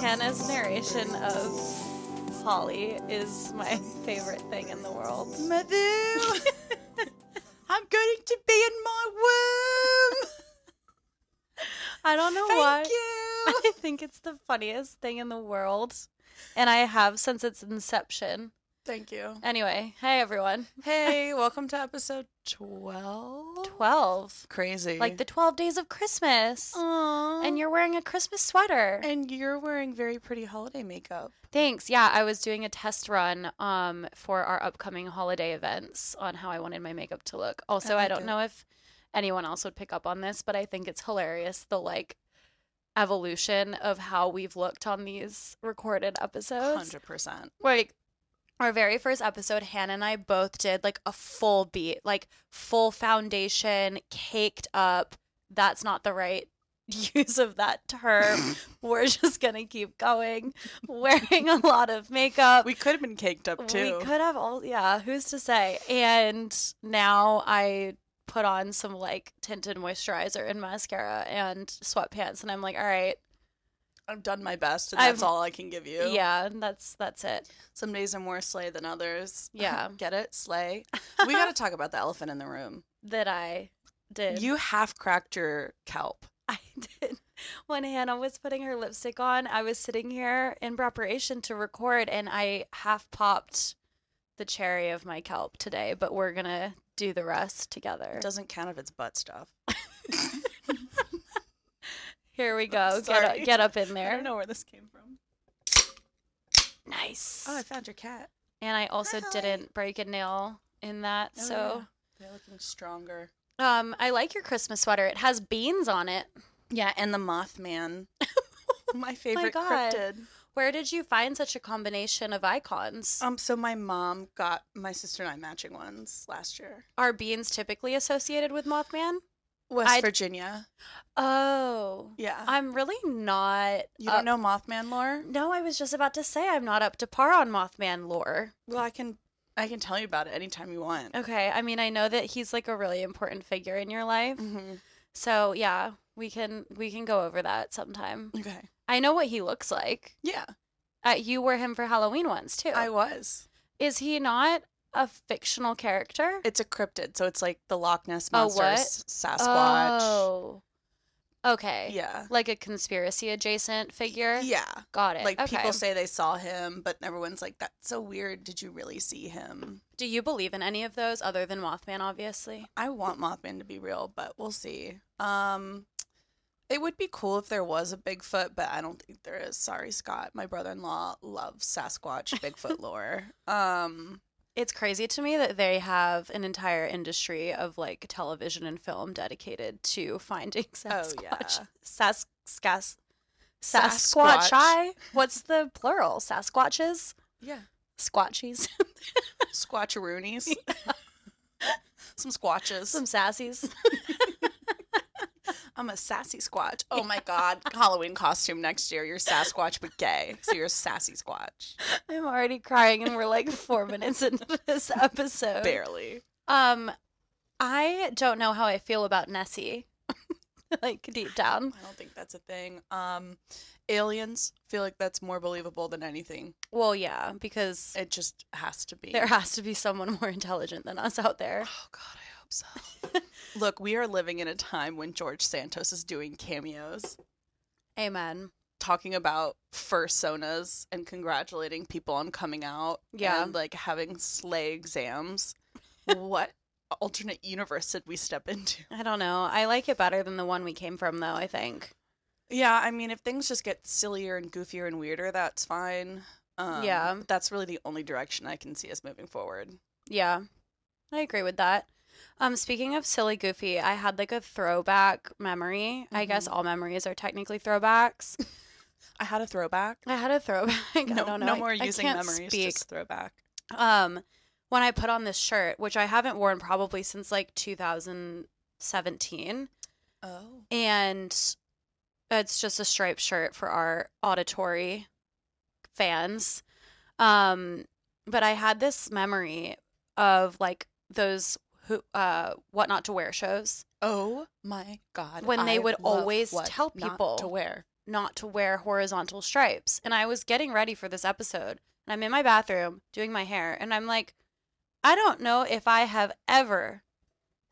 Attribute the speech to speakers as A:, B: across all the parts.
A: Hannah's narration of Holly is my favorite thing in the world.
B: Mother, I'm going to be in my womb.
A: I don't know
B: Thank
A: why.
B: you.
A: I think it's the funniest thing in the world. And I have since its inception.
B: Thank you.
A: Anyway, hey everyone.
B: Hey, welcome to episode 12.
A: 12.
B: Crazy.
A: Like the 12 days of Christmas.
B: Aww.
A: And you're wearing a Christmas sweater.
B: and you're wearing very pretty holiday makeup.
A: Thanks. Yeah, I was doing a test run um, for our upcoming holiday events on how I wanted my makeup to look. Also, I,
B: like
A: don't
B: it.
A: know if anyone else would pick up on this, but I think it's hilarious the like evolution of how we've looked on these recorded episodes.
B: 100%.
A: Like our very first episode, Hannah and I both did like a full beat, like full foundation, caked up. That's not the right use of that term. We're just gonna keep going, wearing a lot of makeup.
B: We could have been caked up too.
A: We could have all, yeah. Who's to say? And now I put on some like tinted moisturizer and mascara and sweatpants, and I'm like, all right,
B: I've done my best, and
A: I've-
B: that's all I can give you.
A: yeah, that's that's it.
B: Some days I'm more sleigh than others.
A: Yeah.
B: Get it? Slay. We got to talk about the elephant in the room.
A: That I did.
B: You half cracked your scalp.
A: I did. When Hannah was putting her lipstick on, I was sitting here in preparation to record and I half popped the cherry of my kelp today, but we're going to do the rest together.
B: It doesn't count if it's butt stuff.
A: Here we go. Get up,
B: Sorry.
A: get up in there.
B: know where this came from.
A: Nice.
B: Oh, I found your cat.
A: and I also
B: Hi.
A: didn't break a nail in that.
B: Oh,
A: so,
B: yeah. they're looking stronger.
A: um I like your Christmas sweater. It has beans on it.
B: Yeah, and the Mothman, my favorite
A: God.
B: cryptid.
A: Where did you find such a combination of icons?
B: Um, so my mom got my sister and I matching ones last year.
A: Are beans typically associated with Mothman?
B: West
A: I'd-
B: Virginia.
A: Oh.
B: Yeah,
A: I'm really not.
B: you
A: up-
B: don't know Mothman lore?
A: No, I was just about to say I'm not up to par on Mothman lore.
B: Well, I can, I can tell you about it anytime you want.
A: Okay, I mean I know that he's like a really important figure in your life.
B: hmm
A: So, yeah, we can we can go over that sometime.
B: Okay.
A: I know what he looks like.
B: Yeah,
A: Uh, you wore him for Halloween once too.
B: I was.
A: Is he not a fictional character?
B: It's a cryptid, so it's like the Loch Ness
A: Oh,
B: monster,
A: what?
B: S- Sasquatch.
A: Oh. Okay.
B: Yeah.
A: Like a conspiracy adjacent figure?
B: Yeah.
A: Got it.
B: Like
A: okay.
B: people say they saw him, but everyone's like, "That's so weird. Did you really see him?"
A: Do you believe in any of those other than Mothman obviously?
B: I want Mothman to be real, but we'll see. Um, it would be cool if there was a Bigfoot, but I don't think there is. Sorry, Scott. My brother-in-law loves Sasquatch Bigfoot lore. Um,
A: It's crazy to me that they have an entire industry of like television and film dedicated to finding Sasquatch.
B: Oh, yeah.
A: Sas- scas-
B: Sasquatch.
A: Sasquatchi? What's the plural? Sasquatches?
B: yeah,
A: Squatchies?
B: Squatcheroonies. Some squatches.
A: Some sassies?
B: I'm a sassy squatch. Oh my god! Halloween costume next year. You're Sasquatch but gay, so you're a sassy squatch.
A: I'm already crying and we're like four minutes into this episode.
B: Barely.
A: Um, I don't know how I feel about Nessie, like deep down.
B: I don't think that's a thing. Um, aliens feel like that's more believable than anything.
A: Well, yeah, because
B: It just has to be.
A: there has to be someone more intelligent than us out there.
B: Oh God, I hope so. Look, we are living in a time when George Santos is doing cameos,
A: Amen.
B: talking about fursonas and congratulating people on coming out.
A: Yeah.
B: and like having slay exams. what alternate universe did we step into?
A: I don't know. I like it better than the one we came from, though, I think.
B: Yeah, I mean, if things just get sillier and goofier and weirder, that's fine. Um,
A: Yeah.
B: that's really the only direction I can see us moving forward.
A: Yeah, I agree with that. Um, speaking of silly goofy, I had like a throwback memory. I
B: Mm-hmm.
A: guess all memories are technically throwbacks.
B: I had a throwback.
A: I had a throwback. I
B: no,
A: don't know.
B: no
A: I-
B: more
A: I
B: using
A: can't
B: memories.
A: speak.
B: Just throwback.
A: Um, when I put on this shirt, which I haven't worn probably since like 2017,
B: Oh,
A: and it's just a striped shirt for our auditory fans. Um, but I had this memory of like those who uh what not to wear shows.
B: oh my God!
A: When they
B: I
A: would
B: love
A: always
B: what
A: tell
B: not
A: people.
B: to wear.
A: not to wear horizontal stripes. And I was getting ready for this episode, and I'm in my bathroom doing my hair, and I'm like, I don't know if I have ever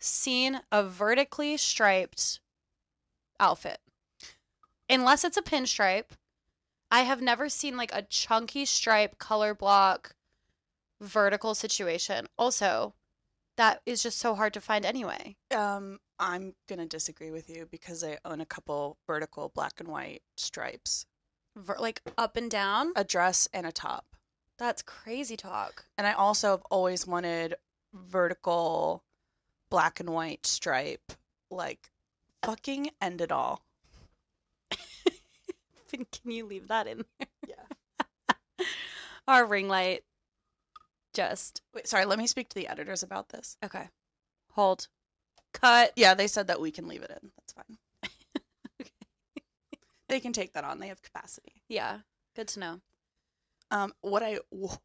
A: seen a vertically striped outfit. Unless it's a pinstripe, I have never seen like a chunky stripe color block vertical situation. Also, that is just so hard to find anyway.
B: Um, I'm gonna disagree with you because I own a couple vertical black and white stripes,
A: Ver- like up and down.
B: a dress and a top.
A: That's crazy talk.
B: And I also have always wanted vertical black and white stripe. Like fucking end it all.
A: Can you leave that in there?
B: Yeah.
A: Our ring light just
B: Wait, sorry, let me speak to the editors about this.
A: okay. Hold. Cut.
B: Yeah, they said that we can leave it in. That's fine. They can take that on. They have capacity.
A: Yeah. Good to know.
B: Um, what I w-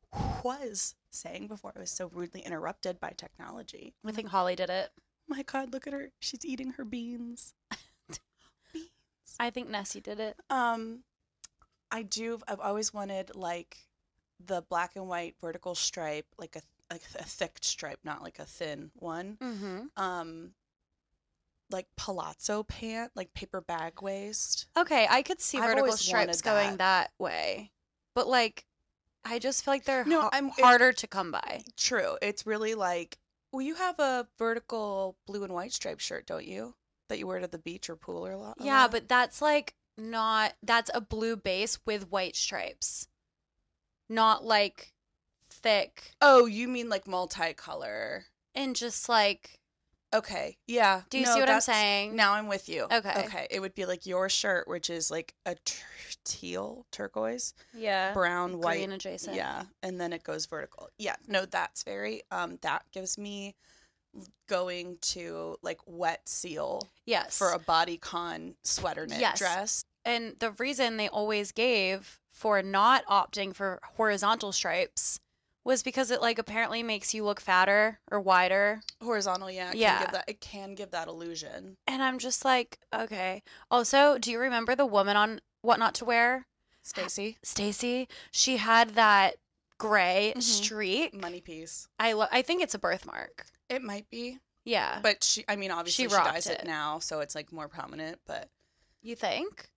B: was saying before I was so rudely interrupted by technology.
A: I think Holly did it.
B: My God, look at her. She's eating her beans. beans.
A: I think Nessie did it.
B: Um, I do. I've always wanted like the black and white vertical stripe, like a like a thick stripe, not like a thin one.
A: Mm-hmm.
B: Um, like palazzo pant, like paper bag waist.
A: Okay, I could see
B: I've
A: vertical
B: always
A: stripes
B: wanted
A: going that way, but like, I just feel like they're
B: No,
A: ha-
B: I'm- it-
A: harder to come by.
B: True. It's really like, well, you have a vertical blue and white striped shirt, don't you? That you wear to the beach or pool or a lot. a
A: Yeah,
B: lot?
A: but that's like not that's a blue base with white stripes. Not like thick
B: oh, you mean like multicolor?
A: and just like
B: Okay. Yeah.
A: do you
B: No,
A: see what I'm
B: that's-
A: saying?
B: Now I'm with you.
A: Okay.
B: Okay. It would be like your shirt, which is like a tur- teal, turquoise,
A: Yeah.
B: brown, white.
A: Green adjacent.
B: yeah. And then it goes vertical. Yeah. No, that's very, um, that gives me going to like wet seal
A: Yes.
B: for a bodycon sweater knit
A: Yes.
B: dress.
A: and the reason they always gave for not opting for horizontal stripes was because it like apparently makes you look fatter or wider.
B: Horizontal. Yeah. It Can
A: Yeah.
B: give that, it can give that illusion.
A: And I'm just like, okay. Also, do you remember the woman on What Not to Wear?
B: Stacy,
A: Stacy, she had that gray
B: Mhm.
A: streak.
B: money piece.
A: I lo- I think it's a birthmark.
B: It might be,
A: Yeah.
B: but she, I mean, obviously she,
A: rocked
B: dyes it.
A: it.
B: now, so it's like more prominent, but
A: you think?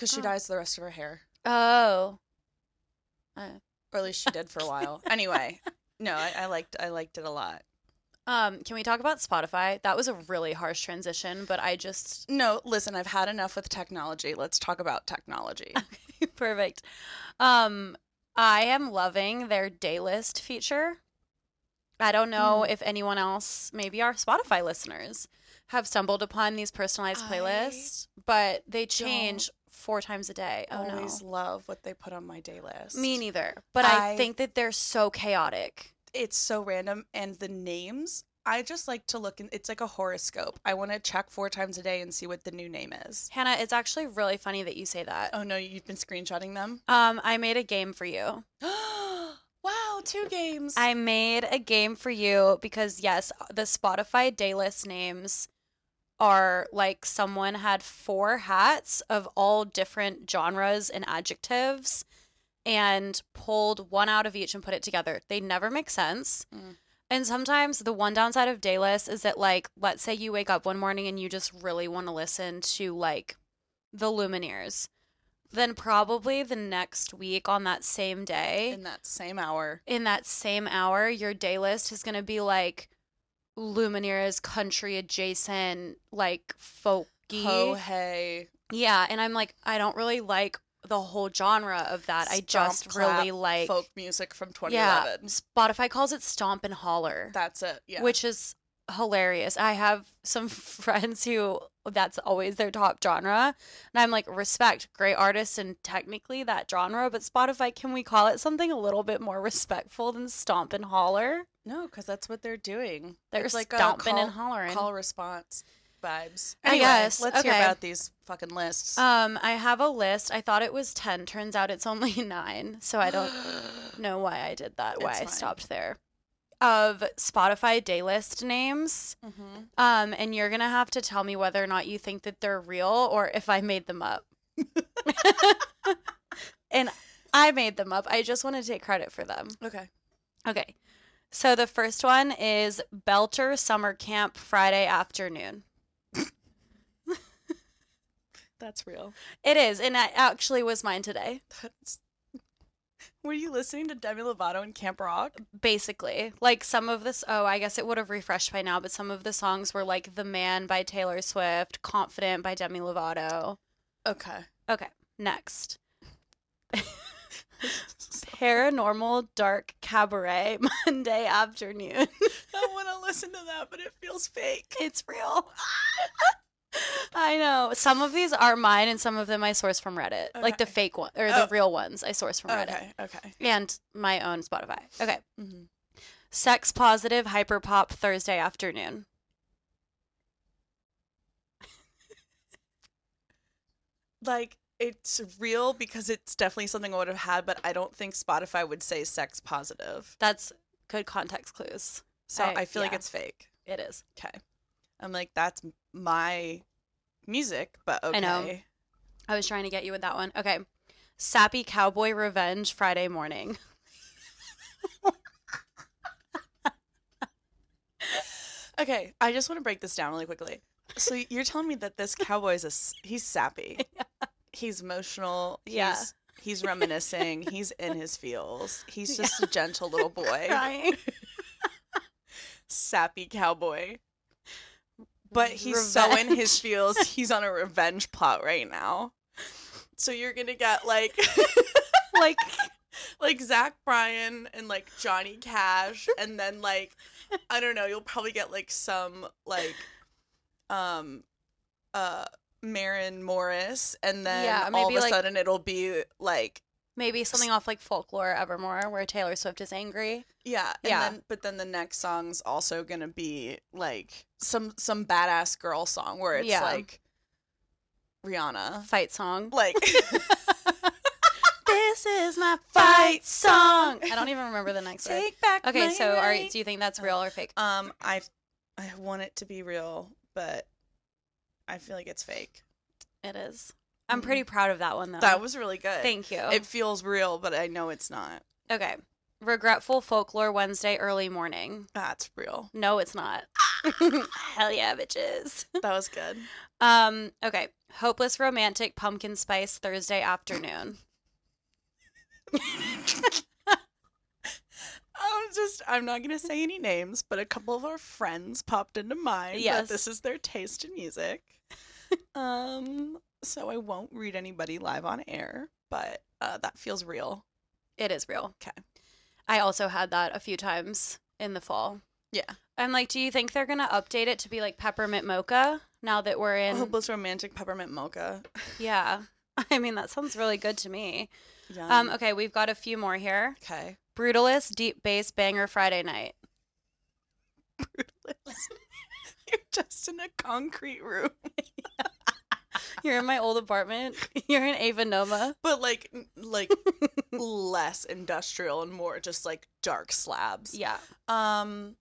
B: because she
A: Oh.
B: dyes the rest of her hair.
A: Oh.
B: or at least she did for a while. Anyway, no, I, I liked I liked it a lot.
A: Um, can we talk about Spotify? That was a really harsh transition, but I just
B: No, listen, I've had enough with technology. Let's talk about technology.
A: perfect. Um, I am loving their daylist feature. I don't know
B: Hmm.
A: if anyone else, maybe our Spotify listeners, have stumbled upon these personalized
B: I
A: playlists, but they change four times a day. Oh no.
B: Always love what they put on my day list.
A: Me neither. But I,
B: I-
A: think that they're so chaotic.
B: it's so random, and the names. I just like to look, and it's like a horoscope. I want to check four times a day and see what the new name is.
A: Hannah, it's actually really funny that you say that.
B: Oh no, you've been screenshotting them.
A: Um, I made a game for you.
B: wow, two games.
A: I made a game for you because yes, the Spotify daylist names are like someone had four hats of all different genres and adjectives and pulled one out of each and put it together. They never make sense.
B: Mm.
A: And sometimes the one downside of daylist is that like let's say you wake up one morning and you just really want to listen to like the Lumineers. Then probably the next week on that same day
B: in that same hour.
A: in that same hour, your day list is going to be like Lumineers, country adjacent, like folky.
B: Ho hey.
A: Yeah. And I'm like, I don't really like the whole genre of that. I
B: stomp,
A: just
B: clap,
A: really like
B: folk music from
A: Yeah.
B: 2011.
A: Spotify calls it stomp and holler,
B: That's it. Yeah.
A: which is hilarious. I have some friends who that's always their top genre. And I'm like, respect, great artists and technically that genre, but Spotify, can we call it something a little bit more respectful than stomp and holler?
B: No, because that's what they're doing.
A: They're
B: It's like a
A: stomping and
B: call-
A: hollering.
B: Call response vibes.
A: I
B: Anyway,
A: guess.
B: Let's hear
A: Okay.
B: about these fucking lists.
A: Um, I have a list. I thought it was ten. Turns out it's only nine. So I don't know why I did that. Why
B: It's
A: I
B: fine.
A: stopped there. Of Spotify daylist names.
B: Mhm.
A: Um, and you're gonna have to tell me whether or not you think that they're real or if I made them up. and I made them up. I just want to take credit for them.
B: Okay.
A: Okay. So the first one is Belter Summer Camp Friday afternoon.
B: That's real.
A: It is, and that actually was mine today,
B: That's... Were you listening to Demi Lovato and Camp Rock?
A: basically. Like some of this, oh, I guess it would have refreshed by now, but some of the songs were like The Man by Taylor Swift, Confident by Demi Lovato.
B: Okay.
A: Next. Paranormal Dark Cabaret Monday afternoon.
B: I want to listen to that, but it feels fake.
A: It's real. I know. Some of these are mine and some of them I source from Reddit. Like the
B: Okay.
A: fake one or the
B: Oh.
A: real ones I source from Reddit.
B: Okay. Okay.
A: And my own Spotify. Okay.
B: hmm
A: Sex positive hyperpop Thursday afternoon.
B: Like it's real because it's definitely something I would have had, but I don't think Spotify would say sex positive.
A: That's good context clues.
B: So
A: I-
B: I, feel like
A: yeah.
B: it's fake.
A: It is.
B: Okay. I'm like, that's my music, but okay.
A: I know. I was trying to get you with that one. Okay. Sappy Cowboy Revenge Friday morning.
B: Okay, I just want to break this down really quickly. So y- you're telling me that this cowboy is a, s- he's sappy. He's emotional.
A: Yeah.
B: He's, he's reminiscing. he's in his feels. He's just a gentle little boy.
A: Crying.
B: Sappy cowboy. But he's so in his feels. He's on a revenge plot right now. So you're going to get like
A: like
B: like Zach Bryan and like Johnny Cash, and then like I don't know, you'll probably get like some like um uh Marin Morris, and then
A: Yeah,
B: all of
A: maybe,
B: a
A: like-
B: sudden it'll be like
A: maybe something off like folklore evermore where Taylor Swift is angry.
B: yeah, and
A: Yeah.
B: Then, but then the next song's also gonna be like some some badass girl song where it's
A: Yeah.
B: like Rihanna,
A: Fight song.
B: like
A: This is my
B: Fight
A: fight song. I don't even remember the next word.
B: take back.
A: Okay,
B: my
A: so are
B: right.
A: you, do you think that's real or fake?
B: Um, I I want it to be real, but I feel like it's fake.
A: It is. I'm pretty proud of that one though.
B: Mm. That was really good.
A: Thank you.
B: It feels real, but I know it's not.
A: okay. Regretful folklore Wednesday early morning.
B: That's real.
A: No, it's not. Hell yeah, bitches.
B: That was good.
A: Um, okay. Hopeless romantic pumpkin spice Thursday afternoon.
B: I'm Oh, just I'm not gonna say any names, but a couple of our friends popped into mind.
A: Yes.
B: That this is their taste in music. um, so I won't read anybody live on air, but uh, that feels real.
A: It is real.
B: 'Kay.
A: I also had that a few times in the fall.
B: Yeah.
A: I'm like, do you think they're gonna update it to be like peppermint mocha now that we're in?
B: Hopeless romantic peppermint mocha.
A: yeah. I mean, that sounds really good to me.
B: Yeah.
A: Um, okay, we've got a few more here.
B: okay.
A: Brutalist deep bass banger Friday night.
B: You're just in a concrete room.
A: You're in my old apartment. You're in Ava Noma.
B: but like n- like less industrial and more just like dark slabs.
A: Yeah.
B: Um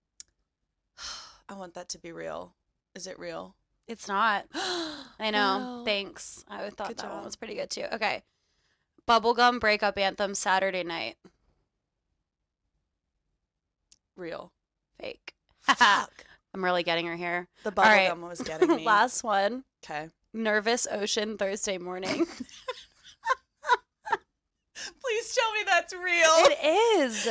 B: I want that to be real. Is it real?
A: It's not. I know.
B: Wow.
A: Thanks. I thought
B: Good
A: that one
B: job.
A: was pretty good too. Okay. Bubblegum breakup anthem Saturday night.
B: real.
A: Fake.
B: Fuck.
A: I'm really getting her here.
B: The bubble
A: right.
B: gum was getting me.
A: Last one.
B: okay.
A: Nervous Ocean Thursday morning.
B: Please tell me that's real.
A: it is.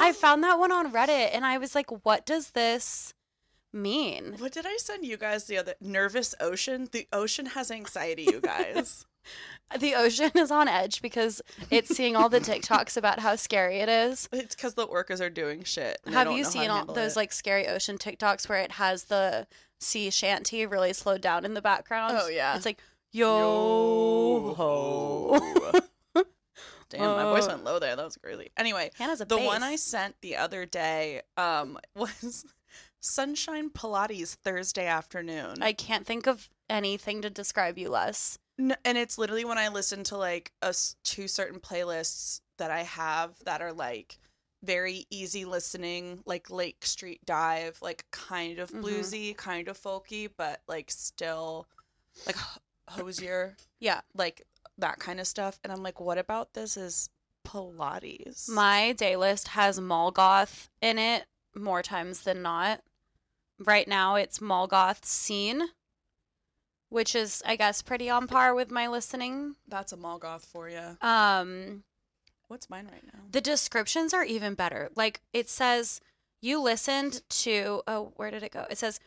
A: I found that one on Reddit and I was like, what does this mean?
B: what did I send you guys the other nervous ocean? The ocean has anxiety, you guys.
A: The ocean is on edge because it's seeing all the TikToks about how scary it is.
B: it's because the orcas are doing shit. and they
A: Have
B: don't
A: you
B: know how to
A: seen all
B: handle
A: those
B: it.
A: like scary ocean TikToks where it has the sea shanty really slowed down in the background?
B: Oh yeah.
A: It's like yo, ho.
B: Yo-ho. Damn, my voice
A: Uh.
B: went low there. That was crazy. Anyway,
A: Hannah's a
B: the one I
A: bass.
B: sent the other day um, was Sunshine Pilates Thursday afternoon.
A: I can't think of anything to describe you less.
B: N- and it's literally when I listen to like a s- two certain playlists that I have that are like very easy listening, like Lake Street Dive, like kind of
A: Mhm.
B: bluesy, kind of folky, but like still like h- Hosier.
A: Yeah.
B: Like that kind of stuff. And I'm like, what about this is Pilates?
A: My day list has Molgoth in it more times than not. Right now, it's Molgoth Scene, which is, I guess, pretty on par with my listening.
B: That's a Molgoth for you.
A: Um,
B: What's mine right now?
A: the descriptions are even better. Like it says, you listened to, oh, where did it go? It says,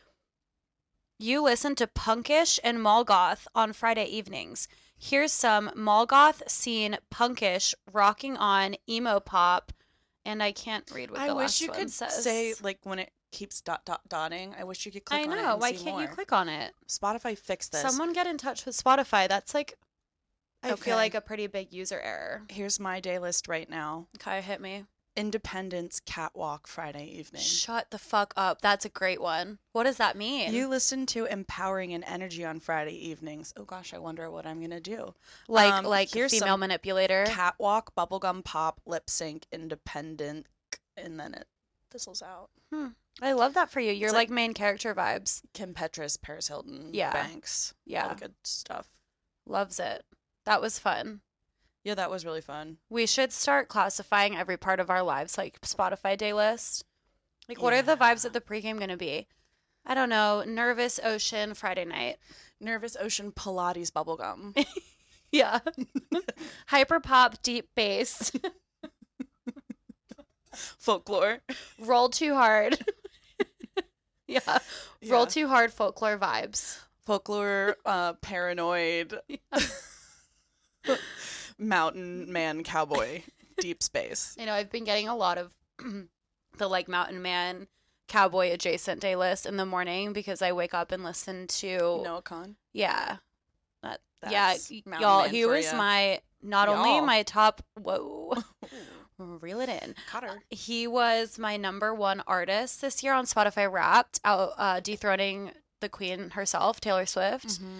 A: you listened to Punkish and Molgoth on Friday evenings. Here's some Molgoth scene Punkish rocking on emo pop. And I can't read what the
B: I wish
A: last
B: you
A: one
B: could
A: says.
B: say like when it keeps dot dot dotting. I wish you could click
A: I
B: on it.
A: know.
B: and
A: Why
B: see
A: can't you
B: more.
A: click on it?
B: Spotify fixed this.
A: Someone get in touch with Spotify. That's like, I
B: Okay.
A: feel like a pretty big user error.
B: Here's my day list right now.
A: Okay, hit me.
B: Independence catwalk Friday evening.
A: Shut the fuck up. That's a great one. What does that mean?
B: You listen to empowering and energy on Friday evenings. Oh gosh, I wonder what I'm gonna do.
A: like
B: Um,
A: like
B: here's
A: female
B: some
A: manipulator.
B: Catwalk, bubblegum pop, lip sync, independent, and then it fizzles out.
A: I love that for you. You're
B: It's
A: like,
B: like-
A: main character vibes.
B: Kim Petras, Paris Hilton,
A: Yeah.
B: Banks, all
A: Yeah,
B: the good stuff.
A: loves it. That was fun.
B: Yeah, that was really fun.
A: We should start classifying every part of our lives like Spotify day list. Like, what are the
B: Yeah.
A: vibes at the pregame going to be? I don't know. Nervous ocean Friday night.
B: Nervous Ocean Pilates bubblegum.
A: Yeah. Hyper pop, deep bass.
B: Folklore.
A: Roll too hard. yeah. Roll
B: Yeah.
A: too hard folklore vibes.
B: folklore uh paranoid mountain man cowboy deep space
A: You know, I've been getting a lot of the like mountain man cowboy adjacent day list in the morning because I wake up and listen to
B: noah con
A: yeah. yeah,
B: That's
A: y-
B: mountain
A: y'all,
B: man
A: he
B: for
A: was
B: ya.
A: my not only
B: Y'all.
A: my top whoa,
B: Ooh,
A: reel it in.
B: caught her
A: He was my number one artist this year on Spotify Wrapped, out uh, dethroning the queen herself, Taylor Swift.
B: Mm-hmm.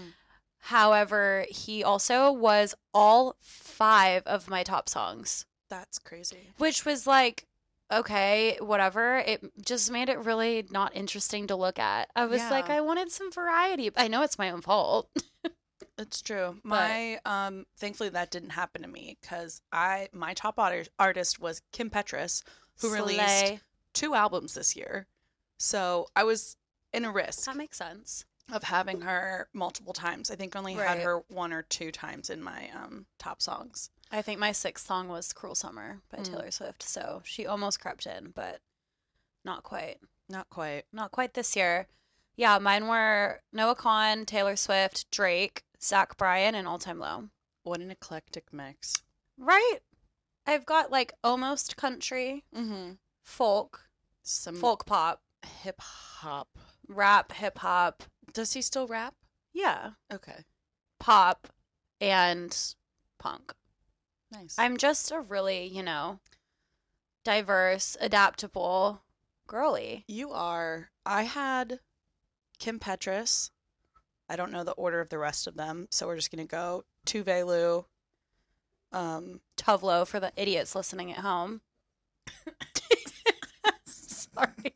A: However, he also was all five of my top songs.
B: that's crazy
A: which was like okay whatever it just made it really not interesting to look at i was like
B: Yeah.
A: i wanted some variety i know it's my own fault
B: it's true my um thankfully that didn't happen to me because i my top artist artist was kim petras Who released-
A: Slay.
B: two albums this year so i was in a risk
A: that makes sense
B: of having her multiple times i think I only
A: Right.
B: had her one or two times in my um top songs
A: i think my sixth song was cruel summer by
B: Mm.
A: taylor swift so she almost crept in but not quite
B: not quite
A: not quite this year yeah mine were noah Kahan, taylor swift drake zach bryan and all time low
B: what an eclectic mix
A: right i've got like almost country
B: mm-hmm
A: folk
B: some
A: folk pop
B: hip hop.
A: rap, hip hop,
B: Does he still rap?
A: yeah,
B: Okay,
A: pop, and punk.
B: nice.
A: I'm just a really, you know, diverse, adaptable girly.
B: you are. I had Kim Petras. I don't know the order of the rest of them, so we're just gonna go Tuvelu. Um,
A: Tovlo for the idiots listening at home. Sorry.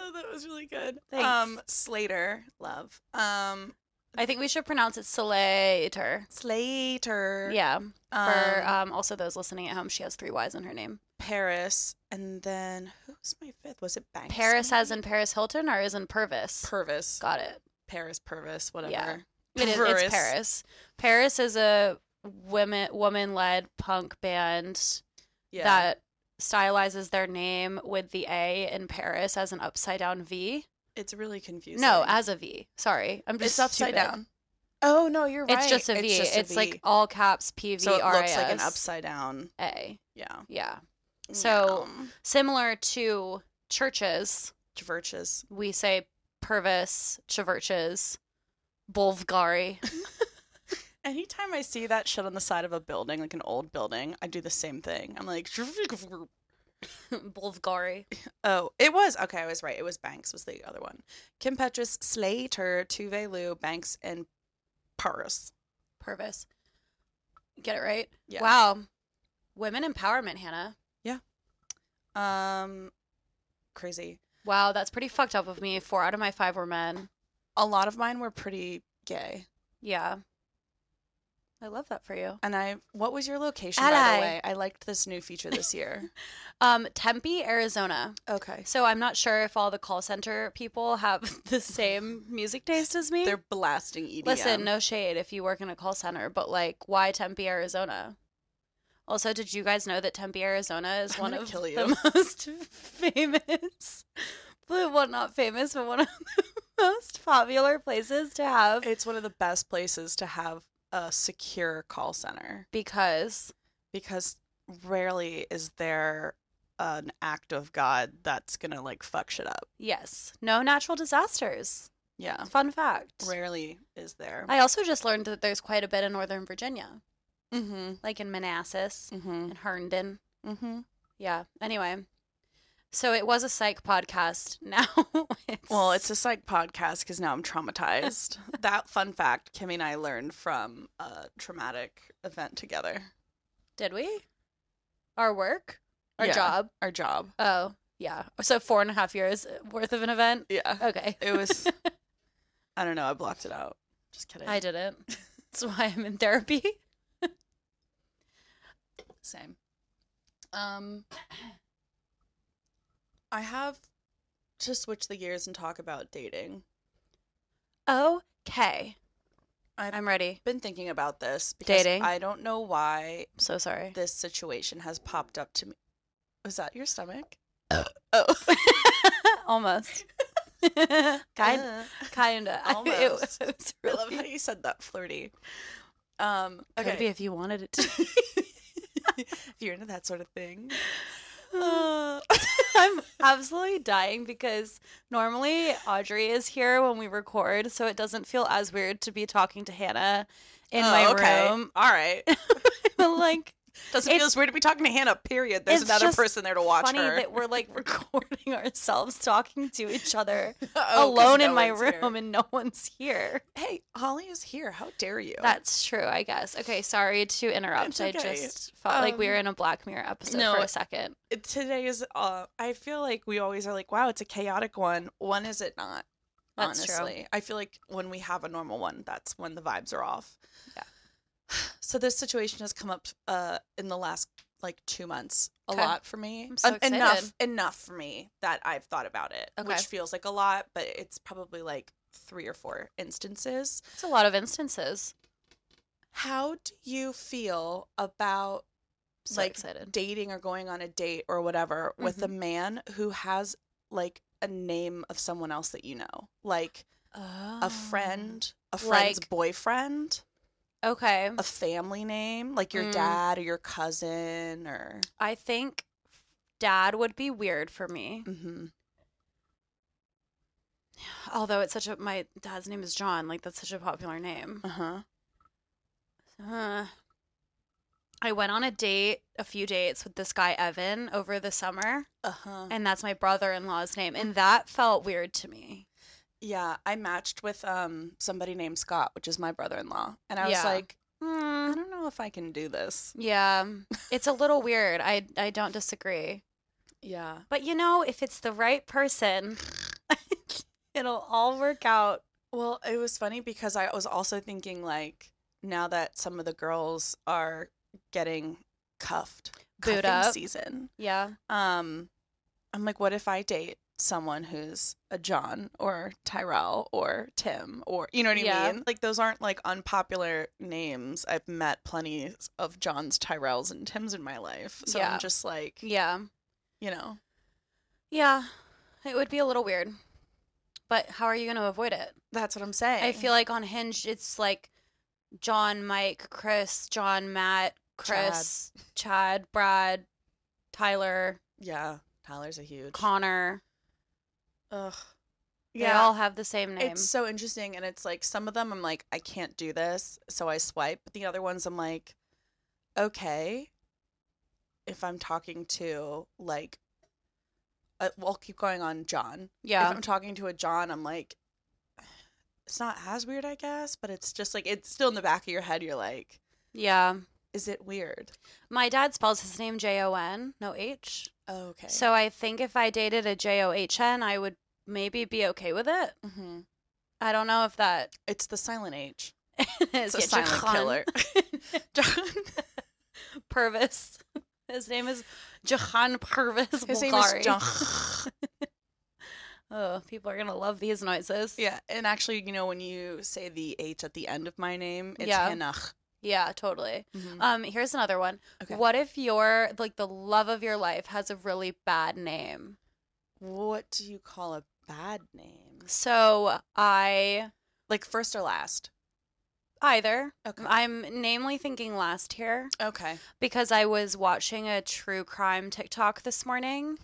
B: Oh, that was really good.
A: Thanks.
B: Um, Slater, love. Um,
A: I think we should pronounce it Slater.
B: Slater.
A: Yeah. For
B: um,
A: um, also those listening at home, she has three Y's in her name.
B: Paris, and then who's my fifth? Was it Banks?
A: Paris as in
B: maybe?
A: Paris Hilton or as in Purvis?
B: Purvis.
A: Got it.
B: Paris Purvis. Whatever.
A: It is,
B: Paris.
A: it's Paris. Paris is a women woman led punk band
B: Yeah.
A: that stylizes their name with the A in Paris as an upside down V.
B: it's really confusing.
A: No, as a V. Sorry, I'm just
B: It's upside
A: stupid.
B: down. Oh no, you're
A: It's just a V. It's, like all caps P V
B: so it
A: R
B: looks like an
A: S
B: upside down.
A: A.
B: Yeah.
A: Yeah, So- similar to churches.
B: Churches.
A: We say Purvis, Churches, Bulgari.
B: Anytime I see that shit on the side of a building, like an old building, I do the same thing. I'm like,
A: Bulgari.
B: oh, it was okay. I was right. It was Banks was the other one. Kim Petras, Slater, Tuvelu, Banks, and Paris.
A: Purvis. Get it right?
B: Yeah.
A: Wow. Women empowerment, Hannah.
B: Um, crazy.
A: Wow, that's pretty fucked up of me. Four out of my five were men.
B: A lot of mine were pretty gay.
A: Yeah. I love that for you.
B: And I, what was your location by
A: Ally.
B: the way? I liked this new feature this year.
A: Um, Tempe, Arizona.
B: okay,
A: So I'm not sure if all the call center people have the same music taste as me.
B: they're blasting E EDM.
A: Listen, no shade if you work in a call center, but like, why Tempe, Arizona? Also, did you guys know that Tempe, Arizona is
B: I'm
A: one
B: gonna
A: of
B: kill
A: the
B: you.
A: most famous, but well, not famous, but one of the most popular places to have
B: it's one of the best places to have a secure call center
A: because
B: because rarely is there an act of God that's gonna like fuck shit up.
A: yes, no natural disasters.
B: Yeah,
A: Fun fact.
B: rarely is there.
A: I also just learned that there's quite a bit in Northern Virginia,
B: mm-hmm.
A: like in Manassas
B: Mm-hmm.
A: and Herndon.
B: Mm-hmm.
A: Yeah. Anyway, so it was a psych podcast. Now it's
B: Well, it's a psych podcast because now I'm traumatized. that fun fact, Kimmy and I learned from a traumatic event together.
A: did we our work our
B: Yeah.
A: job?
B: Our job.
A: Oh yeah. So four and a half years worth of an event.
B: Yeah.
A: Okay,
B: It was. I don't know. I blocked it out. Just kidding.
A: I didn't. That's why I'm in therapy.
B: Same. Um, I have to switch the gears and talk about dating.
A: Okay,
B: I've
A: I'm ready.
B: been thinking about this because
A: Dating.
B: I don't know why
A: I'm so sorry.
B: this situation has popped up to me. Was that your stomach?
A: Oh.
B: Oh.
A: Almost. kind
B: Uh.
A: kinda. I- it
B: Almost.
A: was
B: I love how
A: really-
B: you said that flirty. Um, okay.
A: Could be if you wanted it to.
B: if you're into that sort of thing.
A: Uh, I'm absolutely dying because normally Audrey is here when we record, so it doesn't feel as weird to be talking to Hannah in
B: Oh,
A: my
B: okay.
A: room.
B: All right.
A: But like,
B: Doesn't feel
A: It's-
B: as weird to be talking to Hannah, period. There's
A: it's
B: another
A: just
B: person there to watch
A: funny
B: her.
A: that we're like recording ourselves talking to each other
B: Oh, 'cause
A: alone
B: no
A: in my
B: one's
A: room
B: here.
A: and no one's here.
B: Hey, Holly is here. How dare you?
A: That's true, I guess. Okay, sorry to interrupt.
B: It's okay.
A: I just felt like we
B: Um,
A: were in a Black Mirror episode
B: no,
A: for a second.
B: It- today is uh I feel like we always are like, wow, it's a chaotic one. When is it not?
A: That's true.
B: honestly. I feel like when we have a normal one, that's when the vibes are off.
A: Yeah.
B: So this situation has come up uh in the last like two months a
A: Okay.
B: lot for me.
A: I'm so
B: En- Enough
A: excited.
B: enough for me that I've thought about it.
A: Okay.
B: Which feels like a lot, but it's probably like three or four instances.
A: It's a lot of instances.
B: How do you feel about
A: So
B: Like,
A: excited.
B: dating or going on a date or whatever with
A: Mm-hmm.
B: a man who has like a name of someone else that you know, like
A: uh,
B: a friend, a friend's
A: Ah, Like-
B: boyfriend,
A: Okay.
B: a family name, like your
A: Mm.
B: dad or your cousin or.
A: I think dad would be weird for me.
B: hmm
A: Although it's such a my dad's name is John, like that's such a popular name.
B: Uh huh.
A: Uh, I went on a date, a few dates with this guy Evan over the summer,
B: Uh huh.
A: and that's my brother-in-law's name, and that felt weird to me.
B: Yeah, I matched with um somebody named Scott, which is my brother-in-law, and I was
A: Yeah.
B: like, I
A: Hmm.
B: don't know if I can do this.
A: yeah, it's a little weird. I I don't disagree.
B: Yeah.
A: But you know, if it's the right person, it'll all work out.
B: Well, it was funny because I was also thinking like now that some of the girls are getting cuffed,
A: Boot
B: cuffing
A: up.
B: season.
A: Yeah.
B: Um, I'm like, what if I date someone who's a John or Tyrell or Tim or you know what I
A: Yeah.
B: mean? Like those aren't like unpopular names. I've met plenty of Johns, Tyrells, and Tims in my life, so
A: Yeah.
B: I'm just like,
A: Yeah.
B: you know,
A: Yeah, it would be a little weird. But how are you going to avoid it?
B: that's what I'm saying.
A: I feel like on Hinge, it's like John, Mike, Chris, John, Matt, Chris, Chad, Brad, Tyler,
B: yeah, Tyler's a huge.
A: Connor.
B: Ugh.
A: They all have the same name.
B: It's so interesting. And it's like some of them I'm like, I can't do this. So I swipe. But the other ones I'm like, okay. If I'm talking to like, uh, we'll keep going on John. If
A: yeah.
B: I'm talking to a John, I'm like, it's not as weird, I guess, but it's just like, it's still in the back of your head. You're like,
A: Yeah.
B: is it weird?
A: My dad spells his name J O N, no H.
B: Oh, Okay.
A: So I think if I dated a J O H N, I would maybe be okay with it.
B: Mhm.
A: I don't know if that.
B: it's the silent H.
A: It's
B: a silent killer. Jahan.
A: Purvis. His name is Jahan Purvis
B: His name
A: Bulgari.
B: is John.
A: Oh, people are gonna love these noises.
B: yeah, and actually, you know, when you say the H at the end of my name, it's
A: Yeah.
B: Hanach.
A: yeah, totally.
B: Mhm.
A: Um, here's another one.
B: Okay.
A: What if your like the love of your life has a really bad name?
B: What do you call a bad name?
A: So I
B: Like first or last?
A: either
B: Okay.
A: I'm namely thinking last here
B: Okay.
A: because I was watching a true crime TikTok this morning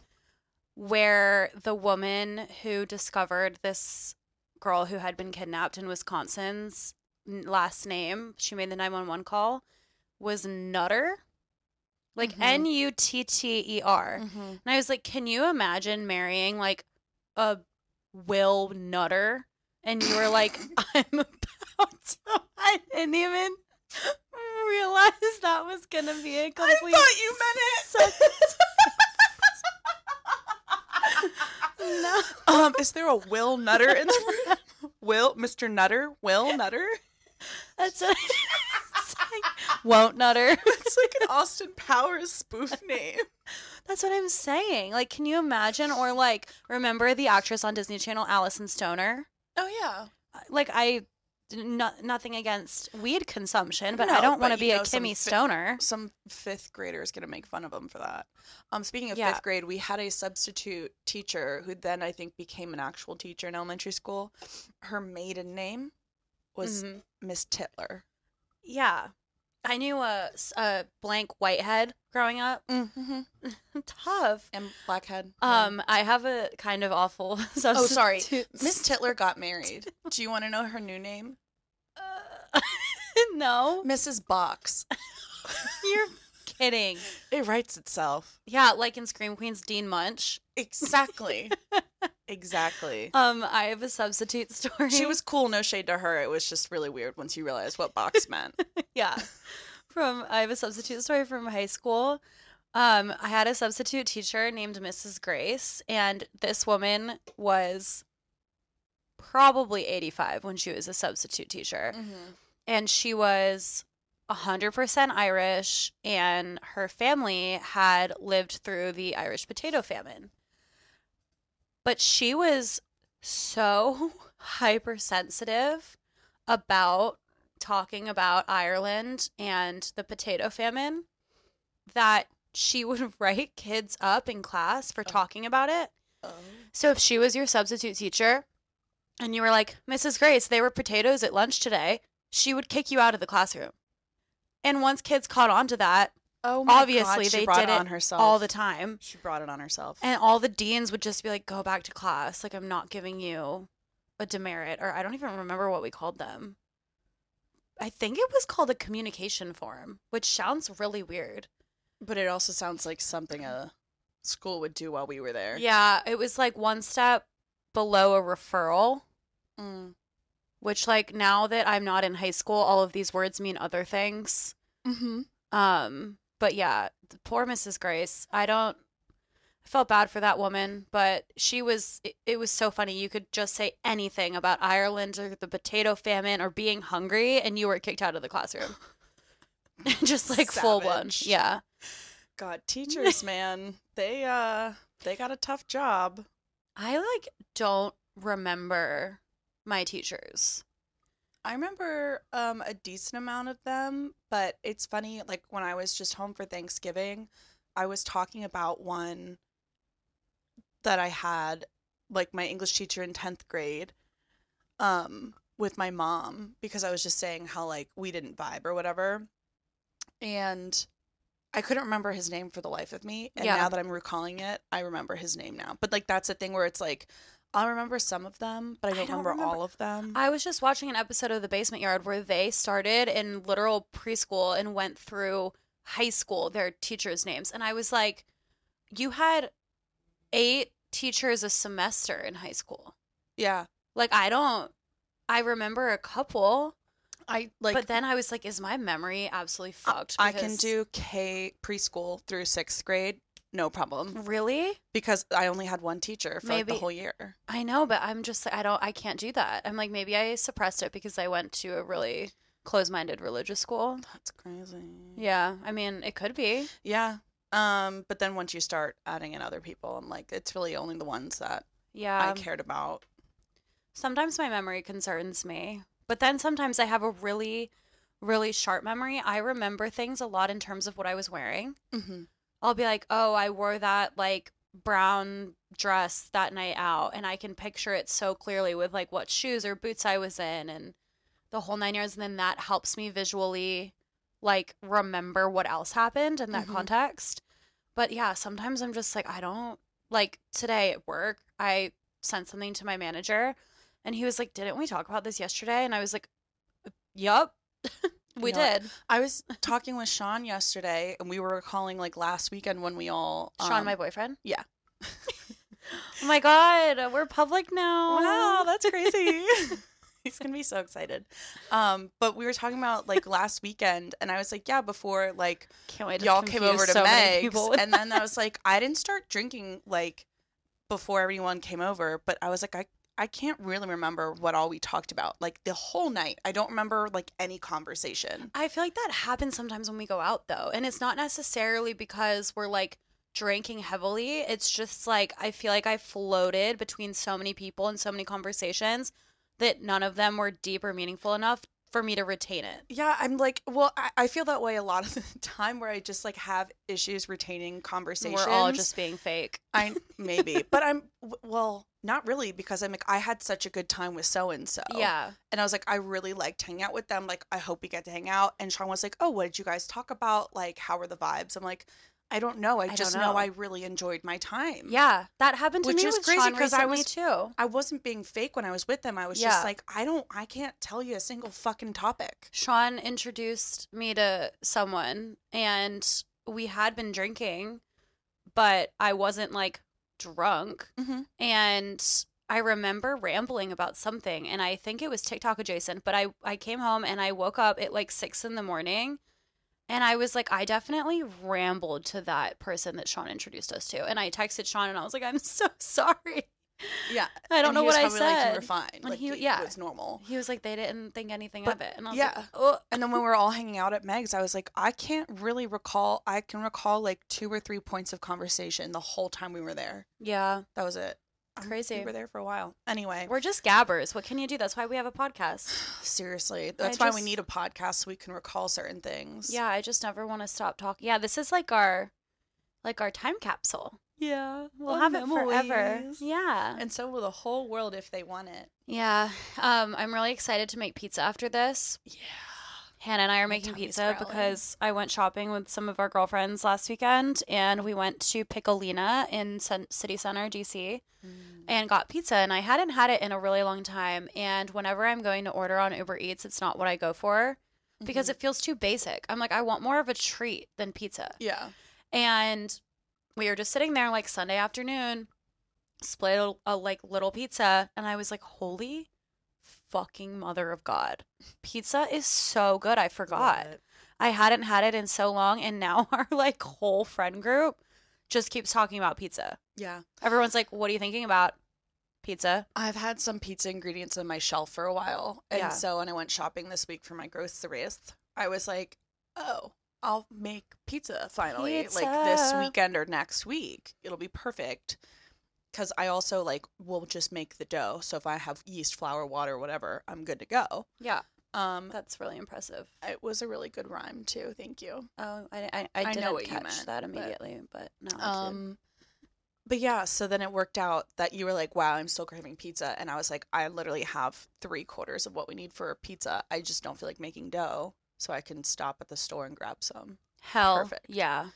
A: where the woman who discovered this girl who had been kidnapped in Wisconsin's n- last name, she made the 911 call, was Nutter. Like
B: Mhm.
A: N U T T E R.
B: Mm-hmm.
A: And I was like, can you imagine marrying like a Will Nutter? And you were like, I'm about to. I didn't even realize that was going to be a
B: I
A: complete.
B: thought you meant it.
A: No.
B: Um, is there a Will Nutter in the room? Will Mr. Nutter? Will Nutter?
A: That's what it's like, won't Nutter.
B: It's like an Austin Powers spoof name.
A: That's what I'm saying. Like, can you imagine? Or like, remember the actress on Disney Channel, Allison Stoner?
B: Oh yeah.
A: Like, I. No, nothing against weed consumption, but I
B: No,
A: don't want to
B: but
A: be
B: you
A: a
B: know some
A: Kimmy
B: fi-
A: Stoner.
B: Some fifth grader is gonna make fun of him for that. Um, speaking of
A: Yeah.
B: fifth grade, we had a substitute teacher who then I think became an actual teacher in elementary school. Her maiden name was
A: Mhm.
B: Miss Titler.
A: Yeah. I knew a, s- a blank whitehead growing up.
B: Mm-hmm.
A: Tough.
B: And blackhead. yeah.
A: Um, I have a kind of awful.
B: Oh, sorry.
A: substitute-
B: Miss Titler got married. Do you want to know her new name?
A: Uh, no,
B: Mrs. Box.
A: you're kidding.
B: It writes itself.
A: Yeah, like in Scream Queens, Dean Munch.
B: Exactly. exactly.
A: Um, I have a substitute story.
B: She was cool, no shade to her. It was just really weird once you realized what box meant.
A: yeah. From I have a substitute story from high school. Um, I had a substitute teacher named Mrs. Grace, and this woman was probably 85 when she was a substitute teacher. and she was 100% Irish, and her family had lived through the Irish potato famine. But she was so hypersensitive about talking about Ireland and the potato famine that she would write kids up in class for
B: Oh.
A: talking about it.
B: Oh.
A: So if she was your substitute teacher and you were like, Mrs. Grace, they were potatoes at lunch today, she would kick you out of the classroom. And once kids caught on to that
B: Oh
A: Obviously,
B: she
A: they
B: brought
A: did
B: it
A: it
B: on herself.
A: all the time,
B: She brought it on herself.
A: and all the deans would just be like, go back to class. Like, I'm not giving you a demerit, or I don't even remember what we called them. I think it was called a communication form, which sounds really weird.
B: but it also sounds like something a school would do while we were there.
A: Yeah, it was like one step below a referral.
B: Mm.
A: which like now that I'm not in high school, all of these words mean other things.
B: Mm-hmm.
A: Um, but yeah, the poor Mrs. Grace. I don't. I felt bad for that woman, but she was. It, it was so funny. You could just say anything about Ireland or the potato famine or being hungry, and you were kicked out of the classroom. just like full one.
B: Savage.
A: Yeah.
B: God, teachers, man, they uh, they got a tough job.
A: I like don't remember my teachers.
B: I remember um, a decent amount of them, but it's funny. Like when I was just home for Thanksgiving, I was talking about one that I had, like my English teacher in 10th grade, um, with my mom, because I was just saying how, like, we didn't vibe or whatever. And I couldn't remember his name for the life of me. And
A: Yeah.
B: now that I'm recalling it, I remember his name now. But, like, that's a thing where it's like, I'll remember some of them, but I don't,
A: don't
B: remember,
A: remember-
B: all of them.
A: I was just watching an episode of The Basement Yard where they started in literal preschool and went through high school, their teachers' names. And I was like, you had eight teachers a semester in high school.
B: yeah.
A: Like, I don't, I remember a couple,
B: I like
A: but then I was like, is my memory absolutely fucked?
B: I can
A: Because-
B: do K preschool through sixth grade, no problem,
A: Really?
B: because I only had one teacher for like, the
A: Mm. Maybe-
B: whole year.
A: I know, but I'm just like, I don't, I can't do that. I'm like, maybe I suppressed it because I went to a really close-minded religious school.
B: That's crazy.
A: Yeah, I mean, it could be.
B: Yeah. Um, but then once you start adding in other people, I'm like, it's really only the ones that
A: Yeah.
B: I cared about.
A: sometimes my memory concerns me, but then sometimes I have a really really sharp memory. I remember things a lot in terms of what I was wearing.
B: Mm-hmm.
A: I'll be like, "Oh, I wore that like brown dress that night out," and I can picture it so clearly with like what shoes or boots I was in and the whole nine yards and then that helps me visually like remember what else happened in that
B: Mhm.
A: context. But yeah, sometimes I'm just like I don't like today at work, I sent something to my manager and he was like, "Didn't we talk about this yesterday?" And I was like, "Yup." we
B: You're like,
A: did.
B: I was talking with Sean yesterday, and we were recalling like last weekend when we all
A: Sean,
B: um,
A: my boyfriend.
B: yeah.
A: oh my god, we're public now.
B: Wow, that's crazy. He's gonna be so excited. Um, but we were talking about like last weekend, and I was like, yeah, before like
A: Can't wait. To
B: y'all came
A: confuse
B: over to
A: so many
B: Meg's,
A: people with-
B: and then I was like, I didn't start drinking like before everyone came over, but I was like, I I can't really remember what all we talked about like the whole night. I don't remember like any conversation.
A: I feel like that happens sometimes when we go out though, and it's not necessarily because we're like drinking heavily. It's just like I feel like I floated between so many people and so many conversations that none of them were deep or meaningful enough for me to retain it.
B: Yeah, I'm like, well, I, I feel that way a lot of the time where I just like have issues retaining conversations.
A: We're all just being fake.
B: I maybe, but I'm w- well, not really because I'm like I had such a good time with so and so.
A: Yeah.
B: and I was like I really liked hanging out with them. Like I hope we get to hang out. And Sean was like, Oh, what did you guys talk about? Like how were the vibes? I'm like, I don't know. I,
A: don't
B: just know.
A: know.
B: I really enjoyed my time.
A: Yeah, that happened to
B: Which
A: me
B: is
A: with
B: crazy
A: Sean
B: 'cause I
A: recently
B: was-
A: too.
B: I wasn't being fake when I was with them. I was
A: Yeah.
B: just like, I don't, I can't tell you a single fucking topic.
A: Sean introduced me to someone, and we had been drinking, but I wasn't like drunk.
B: Mhm.
A: And I remember rambling about something, and I think it was TikTok adjacent. But I I came home and I woke up at like six in the morning, and I was like, I definitely rambled to that person that Sean introduced us to, and I texted Sean, and I was like, I'm so sorry.
B: Yeah,
A: I don't
B: And
A: know
B: he
A: what I
B: was probably, Like, you were
A: said.
B: fine.
A: And
B: like
A: he-
B: it
A: yeah.
B: was normal.
A: He was like, they didn't think anything
B: But-
A: of it, and I was
B: yeah.
A: like, oh.
B: And then when we were all hanging out at Meg's, I was like, I can't really recall. I can recall like two or three points of conversation the whole time we were there.
A: Yeah,
B: That was it. Um,
A: Crazy.
B: We were there for a while. Anyway,
A: we're just gabbers. What can you do? That's why we have a podcast.
B: seriously, that's why we
A: just-
B: need a podcast so we can recall certain things.
A: Yeah, I just never want to stop talking. Yeah, this is like our like our time capsule.
B: Yeah.
A: We'll have it forever. Yeah.
B: And so will the whole world if they want it.
A: Yeah. Um I'm really excited to make pizza after this.
B: Yeah.
A: Hannah and I are
B: My
A: making
B: tummy's
A: pizza
B: growling.
A: because I went shopping with some of our girlfriends last weekend and we went to Piccolina in Cen- City Center, DC.
B: Mm-hmm.
A: and got pizza and I hadn't had it in a really long time and whenever I'm going to order on Uber Eats it's not what I go for because it feels too basic. I'm like I want more of a treat than pizza.
B: Yeah.
A: And we were just sitting there like Sunday afternoon split a, a like little pizza and I was like holy fucking mother of god. Pizza is so good. I forgot. I hadn't had it in so long and now our like whole friend group just keeps talking about pizza.
B: Yeah.
A: Everyone's like, "What are you thinking about?" Pizza.
B: I've had some pizza ingredients on my shelf for a while. And
A: Yeah.
B: so when I went shopping this week for my groceries, I was like, oh, I'll make pizza finally. Like this
A: Pizza.
B: weekend or next week. It'll be perfect. Cause I also like will just make the dough. So if I have yeast, flour, water, whatever, I'm good to go.
A: Yeah,
B: Um
A: that's really impressive.
B: it was a really good rhyme too. Thank you.
A: Oh, I I, I
B: know
A: didn't
B: what you
A: catch
B: meant,
A: that
B: but-
A: immediately, but, no. I did.
B: Um but yeah, so then it worked out that you were like, "Wow, I'm still craving pizza." And I was like, "I literally have 3 quarters of what we need for a pizza. I just don't feel like making dough, so I can stop at the store and grab some."
A: hell,
B: perfect.
A: yeah.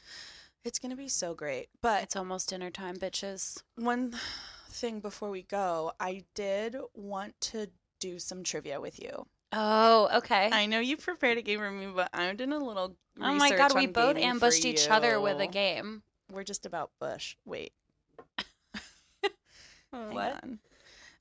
B: It's going to be so great. But
A: It's almost dinner time, bitches.
B: one thing before we go, I did want to do some trivia with you.
A: Oh, okay.
B: I know you prepared a game for me, but I did a little
A: oh my god,
B: research
A: we
B: on
A: both
B: gaming for
A: ambushed each other with a
B: you.
A: game.
B: We're just about Bush. Wait, hang
A: What?
B: on.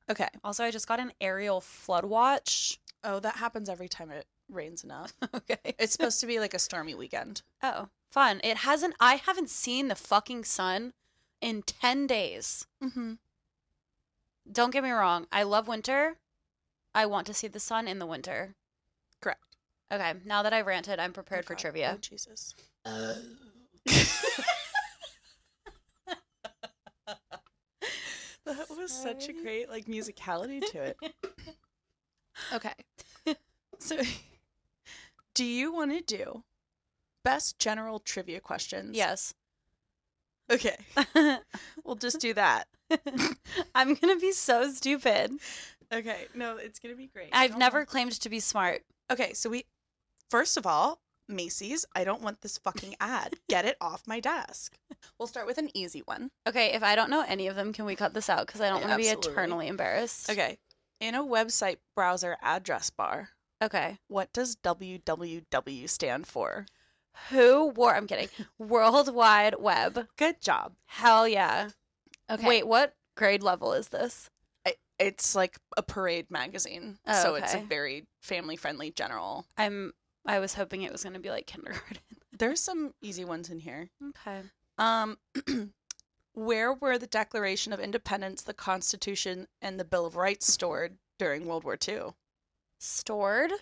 B: Okay.
A: Also, I just got an aerial flood watch.
B: Oh, that happens every time it rains enough.
A: okay.
B: It's supposed to be like a stormy weekend.
A: Oh, fun. It hasn't. I haven't seen the fucking sun in ten days.
B: Mm-hmm.
A: Don't get me wrong. I love winter. I want to see the sun in the winter.
B: Correct.
A: Okay, now that I've ranted, I'm prepared for
B: God. Oh,
A: trivia.
B: Jesus. that was such a
A: Sorry.
B: great like musicality to it. okay. So do you want to do best general trivia questions?
A: Yes.
B: Okay. We'll just do that.
A: I'm going to be so stupid.
B: Okay. No, it's going to be great.
A: I've
B: Don't
A: never
B: worry.
A: claimed to be smart.
B: Okay, so we first of all, Macy's, I don't want this fucking ad. Get it off my desk. We'll start with an easy one.
A: Okay, if I don't know any of them, can we cut this out? Because I don't
B: Yeah,
A: want to be
B: absolutely.
A: eternally embarrassed.
B: Okay. In a website browser address bar,
A: Okay.
B: what does www stand for?
A: Who wore? I'm kidding. World Wide Web.
B: Good job.
A: Hell yeah.
B: Okay.
A: Wait, what grade level is this?
B: It's like a parade magazine.
A: Oh,
B: so it's a
A: okay.
B: very family friendly general.
A: I'm. I was hoping it was going to be like kindergarten.
B: There's some easy ones in here.
A: Okay.
B: Um where were the Declaration of Independence, the Constitution, and the Bill of Rights stored during World War II?
A: Stored.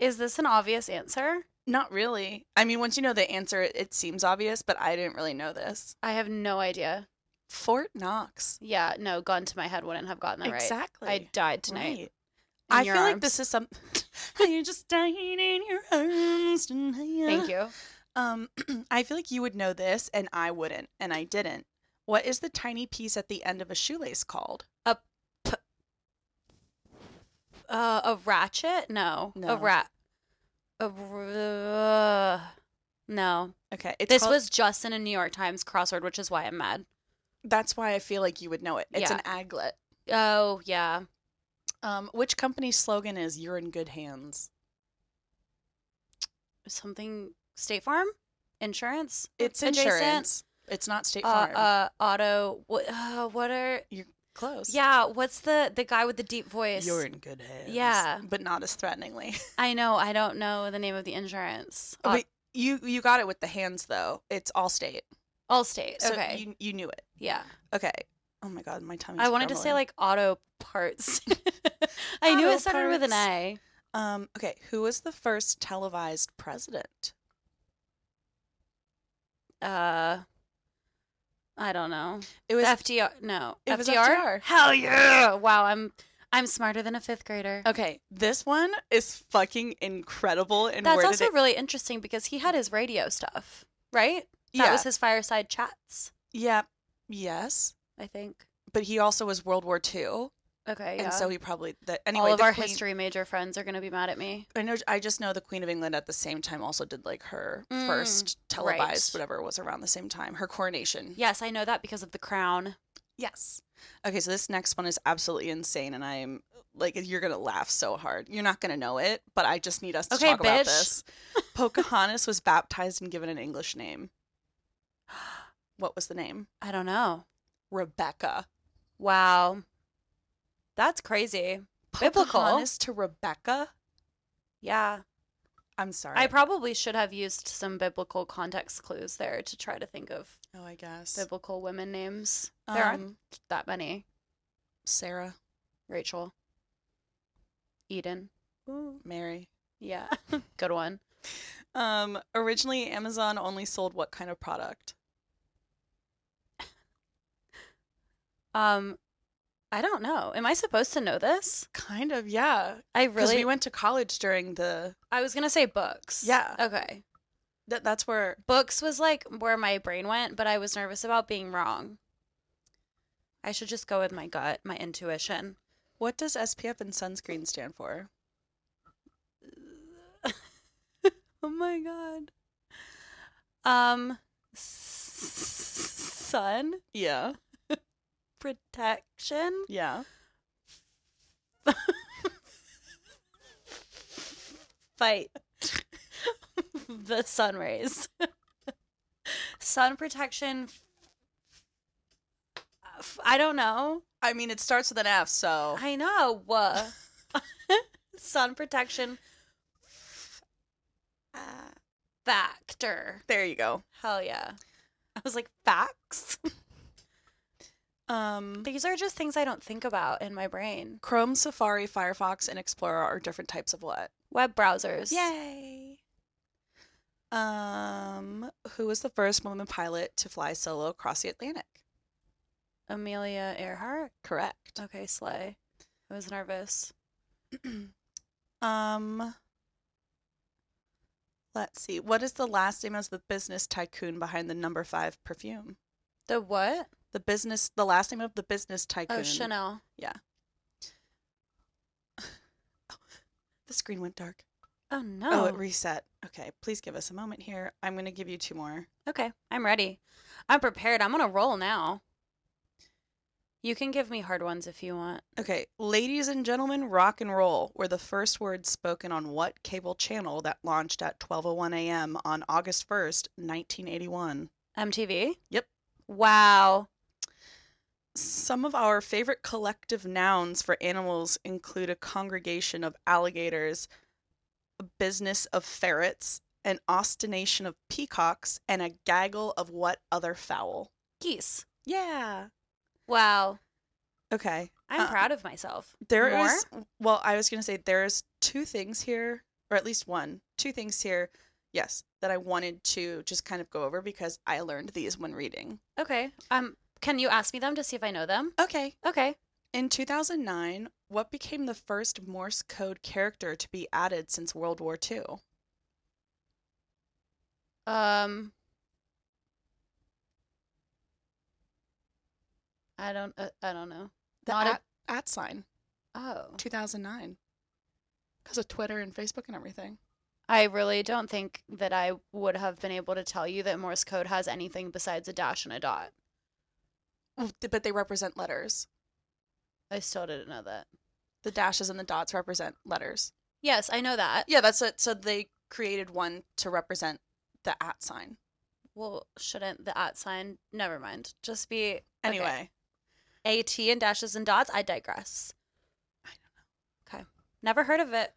A: Is this an obvious answer?
B: Not really. I mean, once you know the answer, it, it seems obvious, but I didn't really know this.
A: I have no idea.
B: Fort Knox.
A: Yeah, no, gun to my head wouldn't have gotten that right.
B: Exactly.
A: I died tonight.
B: Right.
A: in
B: I
A: your
B: feel like
A: arms.
B: this is some. you just died in your arms tonight.
A: Thank you.
B: Um, I feel like you would know this, and I wouldn't, and I didn't. What is the tiny piece at the end of a shoelace called?
A: Uh, a ratchet? No.
B: No.
A: A rat. A r- no.
B: Okay, it's
A: This
B: called-
A: was just in a New York Times crossword, which is why I'm mad.
B: That's why I feel like you would know it. It's
A: Yeah.
B: an aglet.
A: Oh yeah.
B: Um, which company's slogan is "You're in good hands"?
A: Something State Farm? Insurance?
B: It's
A: Adjacent?
B: insurance. It's not State
A: Uh,
B: Farm.
A: uh auto what uh, what are
B: Close.
A: Yeah, what's the the guy with the deep voice?
B: You're in good hands.
A: Yeah.
B: but not as threateningly.
A: I know, I don't know the name of the insurance.
B: Oh,
A: All
B: but you you got it with the hands though. It's Allstate.
A: Uh, Allstate.
B: So
A: okay.
B: you you knew it.
A: yeah.
B: Okay. Oh my god, my tummy.
A: I wanted to say like auto parts. I knew
B: Auto
A: it started with an
B: parts.
A: A.
B: um okay, who was the first televised president?
A: uh I don't know.
B: It was
A: FDR no.
B: It was FDR.
A: Hell yeah. Wow, I'm I'm smarter than a fifth grader.
B: Okay, this one is fucking incredible and
A: That's
B: where
A: also
B: did it
A: really interesting because he had his radio stuff, right? That
B: yeah.
A: was his fireside chats,
B: yeah. Yes.
A: I think.
B: But he also was World War II,
A: Okay, yeah.
B: and so he probably the, anyway.
A: All of
B: the
A: our
B: Queen-
A: history major friends are going to be mad at me.
B: I know. I just know the Queen of England at the same time also did like her
A: Mm,
B: first televised
A: right.
B: whatever was around the same time her coronation.
A: Yes, I know that because of the crown.
B: Yes. Okay, so this next one is absolutely insane, and I'm like, you're gonna laugh so hard. You're not gonna know it, but I just need us to
A: Okay,
B: talk about
A: bitch.
B: this. Pocahontas was baptized and given an English name. What was the name?
A: I don't know.
B: Rebecca.
A: Wow. That's crazy. Biblical.
B: Pocahontas to Rebecca.
A: Yeah.
B: I'm sorry.
A: I probably should have used some biblical context clues there to try to think of
B: oh, I guess
A: biblical women names. There aren't
B: Um,
A: that many.
B: Sarah,
A: Rachel, Eden.
B: Mary.
A: Yeah. Good one.
B: Um, originally, Amazon only sold what kind of product?
A: Um, I don't know. Am I supposed to know this?
B: Kind of, yeah.
A: I
B: Because
A: really.
B: we went to college during the.
A: I was gonna say books.
B: Yeah.
A: Okay.
B: That, that's where.
A: Books was like where my brain went, but I was nervous about being wrong. I should just go with my gut, my intuition.
B: What does SPF and sunscreen stand for?
A: Oh my god. Um, s- sun
B: Yeah.
A: protection.
B: Yeah.
A: fight the sun rays. sun protection. f- I don't know.
B: I mean, it starts with an F, so.
A: I know. uh, sun protection uh,
B: Ah,
A: factor.
B: there you go.
A: Hell yeah. I was like, facts?
B: Um,
A: These are just things I don't think about in my brain.
B: Chrome, Safari, Firefox, and Explorer are different types of what?
A: Web browsers.
B: Yay. Um, who was the first woman pilot to fly solo across the Atlantic?
A: Amelia Earhart.
B: Correct.
A: Okay, slay. I was nervous.
B: um, let's see. What is the last name of the business tycoon behind the number five perfume?
A: The what?
B: The business, the last name of the business tycoon.
A: Oh, Chanel.
B: The screen went dark.
A: Oh
B: Oh,
A: no.
B: it reset. Okay, please give us a moment here. I'm going to give you two more.
A: okay, I'm ready. I'm prepared. I'm gonna roll now. You can give me hard ones if you want.
B: Okay, ladies and gentlemen, rock and roll were the first words spoken on what cable channel that launched at 12:01 a.m. on August 1st, 1981.
A: MTV.
B: Yep.
A: Wow.
B: Some of our favorite collective nouns for animals include a congregation of alligators, a business of ferrets, an ostination of peacocks, and a gaggle of what other fowl?
A: Geese.
B: Yeah.
A: Wow.
B: Okay.
A: I'm
B: Uh,
A: proud of myself.
B: There
A: More?
B: is well, I was gonna say there's two things here, or at least one, two things here, yes, that I wanted to just kind of go over because I learned these when reading.
A: Okay. Um, can you ask me them to see if I know them?
B: Okay.
A: Okay.
B: In 2009, what became the first Morse code character to be added since World War II?
A: Um, I don't. Uh, I don't know.
B: The
A: Not a-
B: at, at sign,
A: Oh,
B: 2009, because of Twitter and Facebook and everything.
A: I really don't think that I would have been able to tell you that Morse code has anything besides a dash and a dot.
B: But they represent letters.
A: I still didn't know that.
B: The dashes and the dots represent letters.
A: Yes, I know that.
B: Yeah, that's it. So they created one to represent the at sign.
A: Well, shouldn't the at sign? Never mind. Just be
B: Anyway.
A: at and dashes and dots. I digress.
B: I
A: don't know. Okay, never heard of it.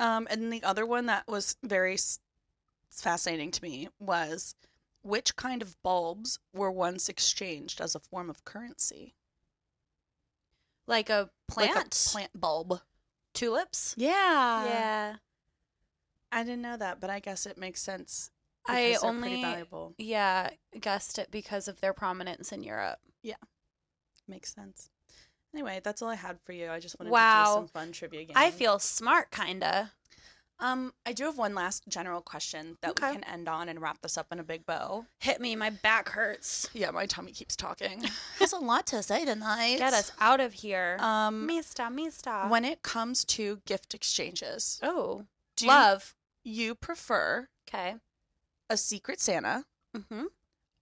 B: Um, and the other one that was very s- fascinating to me was which kind of bulbs were once exchanged as a form of currency?
A: Like a
B: Like a
A: plant,
B: plant bulb.
A: tulips.
B: Yeah.
A: yeah,
B: I didn't know that, but I guess it makes sense.
A: I
B: because they're pretty
A: only
B: valuable.
A: Yeah, guessed it because of their prominence in Europe.
B: Makes sense. Anyway, that's all I had for you. I just wanted to
A: Wow.
B: do some fun trivia games.
A: I feel smart, kinda.
B: um I do have one last general question that
A: Okay.
B: we can end on and wrap this up in a big bow.
A: Hit me, my back hurts.
B: Yeah, my tummy keeps talking. Has a lot to say tonight.
A: Get us out of here.
B: Um
A: Mista, Mista.
B: When it comes to gift exchanges,
A: oh,
B: do
A: love.
B: you, you prefer
A: Okay.
B: a Secret Santa,
A: Mm-hmm.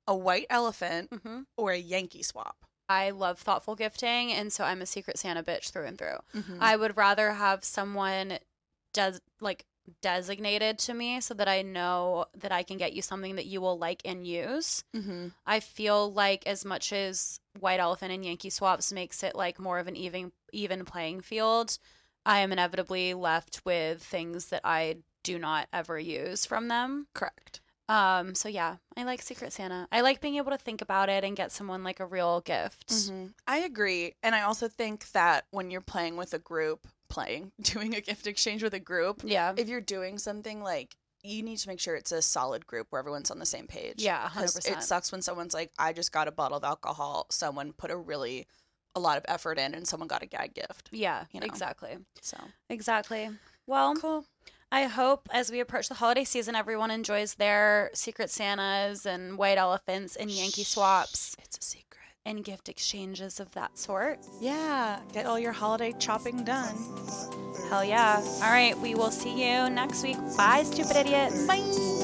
B: a white elephant,
A: Mm-hmm.
B: or a Yankee swap?
A: I love thoughtful gifting, and so I'm a secret Santa bitch through and through.
B: Mm-hmm.
A: I would rather have someone des- like designated to me so that I know that I can get you something that you will like and use.
B: Mhm.
A: I feel like as much as White Elephant and Yankee Swaps makes it like more of an even even playing field, I am inevitably left with things that I do not ever use from them.
B: Correct.
A: Um, so yeah, I like Secret Santa. I like being able to think about it and get someone like a real gift.
B: Mm-hmm. I agree. And I also think that when you're playing with a group, playing, doing a gift exchange with a group,
A: Yeah.
B: if you're doing something like you need to make sure it's a solid group where everyone's on the same page.
A: Yeah,
B: 'Cause
A: 100%.
B: It sucks when someone's like, I just got a bottle of alcohol. Someone put a really, a lot of effort in and someone got a gag gift.
A: yeah,
B: You know.
A: exactly.
B: So
A: Exactly. Well,
B: cool.
A: I hope as we approach the holiday season, everyone enjoys their Secret Santas and White Elephants and Yankee Swaps
B: It's a secret.
A: and gift exchanges of that sort.
B: Yeah, get all your holiday chopping done.
A: Hell yeah. All right. We will see you next week. Bye, stupid idiots.
B: Bye.